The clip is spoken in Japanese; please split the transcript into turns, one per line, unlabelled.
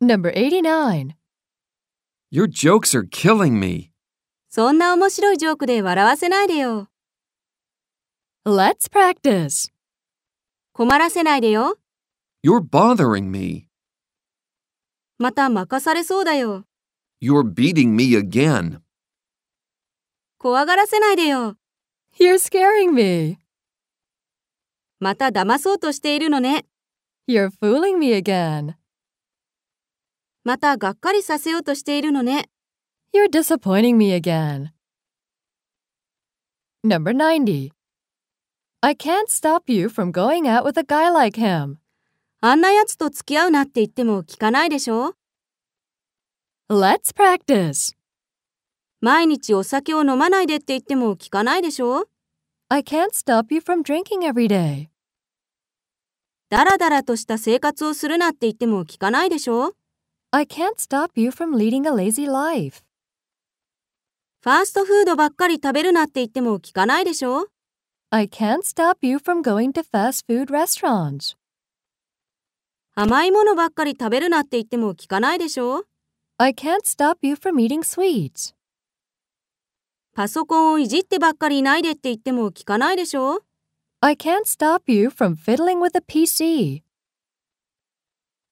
Number 89.
Your jokes are killing me.
そんな面白いジョークで笑わせないでよ。
Let's practice.
困らせないでよ。
You're bothering me.
また任されそうだよ。
You're beating me again.
怖がらせないでよ。
You're scaring me.
また騙そうとしているのね。
You're fooling me again.
またがっかりさせようとしているのね。
You're disappointing me again. Number 90. I can't stop you from going out with a guy like him.
あんなやつと付き合うなって言っても聞かないでしょ
Let's practice.
毎日お酒を飲まないでって言っても聞かないでしょ
I can't stop you from drinking every day.
だらだらとした生活をするなって言っても聞かないでしょ
I can't stop you from leading a lazy life.
ファーストフードばっかり食べるなって言っても聞かないでしょ
I can't stop you from going to fast food restaurants.
甘いものばっかり食べるなって言っても聞かないでしょ
I can't stop you from eating sweets.
パソコンをいじってばっかりいないでって言っても聞かないでしょ
I can't stop you from fiddling with a PC.